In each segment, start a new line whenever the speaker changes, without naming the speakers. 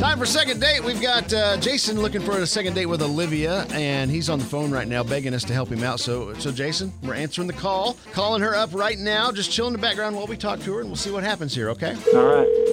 Time for second date. We've got uh, Jason looking for a second date with Olivia, and he's on the phone right now begging us to help him out. So, so Jason, we're answering the call, calling her up right now, just chill in the background while we talk to her, and we'll see what happens here. Okay?
All right.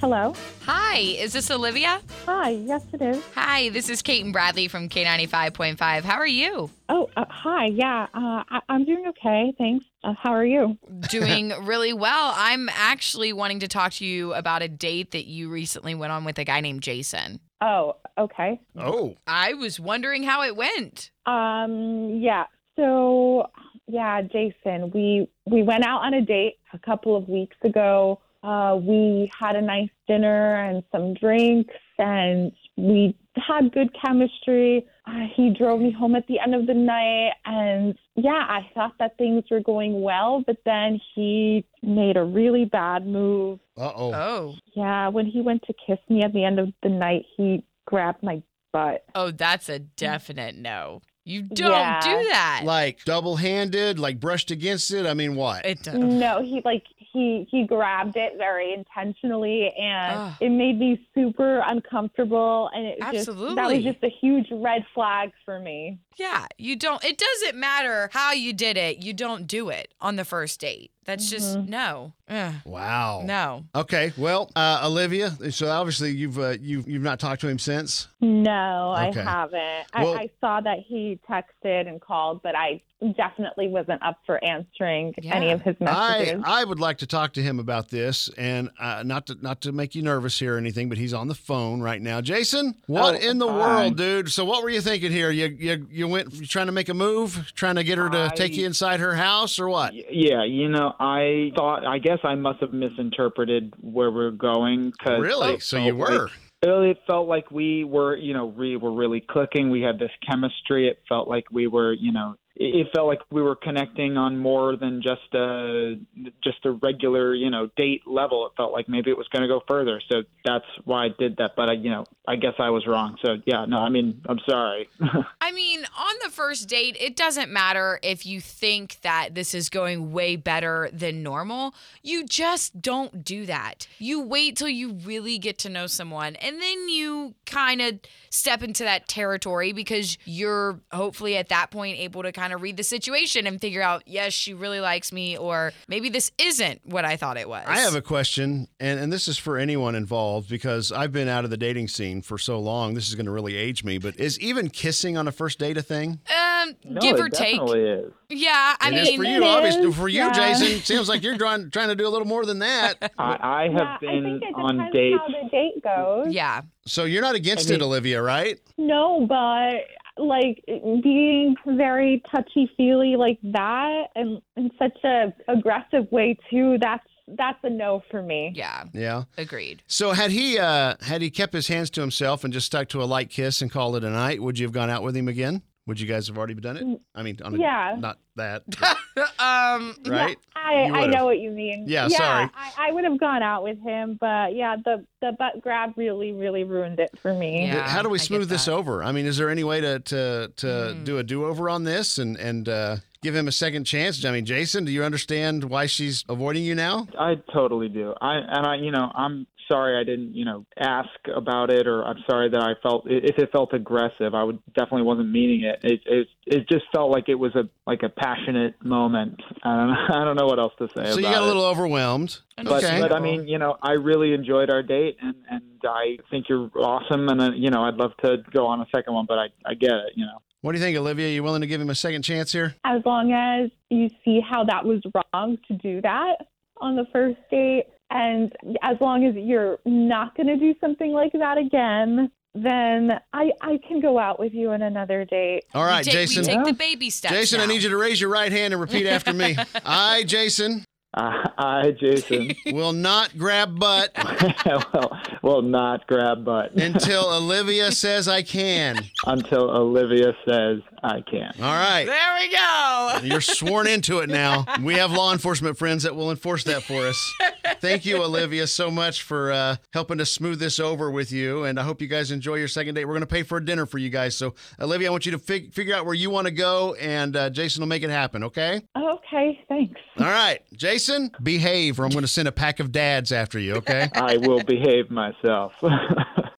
Hello.
Hi, is this Olivia?
Hi. Yes, it is.
Hi, this is Kate and Bradley from K95.5. How are you?
Oh, uh, hi. Yeah, uh, I- I'm doing okay. Thanks. Uh, how are you?
Doing really well. I'm actually wanting to talk to you about a date that you recently went on with a guy named Jason.
Oh, okay.
Oh,
I was wondering how it went.
Um, yeah. So, yeah, Jason, we we went out on a date a couple of weeks ago. Uh, we had a nice dinner and some drinks, and we had good chemistry. Uh, he drove me home at the end of the night, and yeah, I thought that things were going well, but then he made a really bad move.
uh oh.
Oh,
Yeah, when he went to kiss me at the end of the night, he grabbed my butt.
oh, that's a definite no. You don't
Yeah.
do that.
Like double handed, like brushed against it. I mean, what?
it does.
No, he like he he grabbed it very intentionally and
Ugh.
it made me super uncomfortable and it just that
Absolutely.
was just a huge red flag for me.
Yeah, you don't. It doesn't matter how you did it. You don't do it on the first date. That's just no. Ugh, Oh.
Wow.
no.
Okay. Well, uh, Olivia. So obviously you've uh, you've you've not talked to him since.
No,
Okay.
I haven't.
Well-
I, I saw that he texted and called, but I definitely wasn't up for answering
Yeah.
any of his
I
messages.
I would like to talk to him about this, and uh, not to not to make you nervous here or anything, but he's on the phone right now. Jason, what
Oh,
in the
hi.
world, dude? So what were you thinking here? You you you went you trying to make a move, trying to get her to
I-
take you inside her house or what?
Y- Yeah, you know, I thought, I guess I must have misinterpreted where we're going. Cause
Really?
it
So you
felt
were?
Like, it felt like we were, you know, we were really clicking. We had this chemistry. It felt like we were, you know, it it felt like we were connecting on more than just a just a regular, you know, date level. It felt like maybe it was going to go further. So that's why I did that. But I, you know, I guess I was wrong. So yeah, no, I mean, I'm sorry.
I mean, on the first date, it doesn't matter if you think that this is going way better than normal. You just don't do that. You wait till you really get to know someone and then you kind of step into that territory because you're hopefully at that point able to kind of read the situation and figure out, yes, she really likes me, or maybe this isn't what I thought it was.
I have a question, and, and this is for anyone involved because I've been out of the dating scene for so long. This is going to really age me, but is even kissing on a first date a thing?
um,
no,
give
it
or take.
definitely is.
Yeah, I
It is
mean,
for
it
you, obviously.
is,
For you,
yeah.
Jason, seems like you're trying, trying to do a little more than that.
I, I
yeah,
have
I
been
think it
on
depends
dates.
how the date goes.
yeah.
So you're not against
I mean-
it, Olivia, right?
No, but like being very touchy feely like that and in such a aggressive way too, that's that's a no for me.
Yeah,
Yeah.
agreed.
So had he uh, had he kept his hands to himself and just stuck to a light kiss and called it a night, would you have gone out with him again? Would you guys have already done
Mm,
it? I mean, on a,
Yeah.
not that,
um,
right?
I,
You
I
would've.
know what you mean.
Yeah,
yeah
sorry.
I, I would have gone out with him, but yeah, the the butt grab really, really ruined it for me.
Yeah.
How do we
I get
smooth this
that. Mm.
over? I mean, is there any way to to, to do a do over on this and and uh, give him a second chance? I mean, Jason, do you understand why she's avoiding you now?
I totally do. I and I, you know, I'm sorry I didn't, you know, ask about it, or I'm sorry that I felt if it felt aggressive. I would definitely wasn't meaning it. It it, it just felt like it was a like a passionate moment. I don't know, I don't know what else to say.
So
about
you got a
it.
little overwhelmed.
But,
okay.
but I mean, you know, I really enjoyed our date, and and I think you're awesome, and uh, you know, I'd love to go on a second one, but I I get it, you know.
what do you think, Olivia? You willing to give him a second chance here?
As long as you see how that was wrong to do that on the first date, and as long as you're not going to do something like that again, then I I can go out with you on another date.
All right,
we take,
Jason.
We take the baby steps.
Jason, I
now.
need you to raise your right hand and repeat after me. I, Jason,
I, I Jason,
will not grab butt
well, well, not grab butt
until Olivia says I can.
until Olivia says I can.
All right.
There we go.
You're sworn into it now. We have law enforcement friends that will enforce that for us. Thank you, Olivia, so much for uh, helping to smooth this over with you. And I hope you guys enjoy your second date. We're going to pay for a dinner for you guys. So, Olivia, I want you to fig- figure out where you want to go, and uh, Jason will make it happen, okay?
Okay, thanks.
All right, Jason, behave, or I'm going to send a pack of dads after you. Okay.
I will behave myself.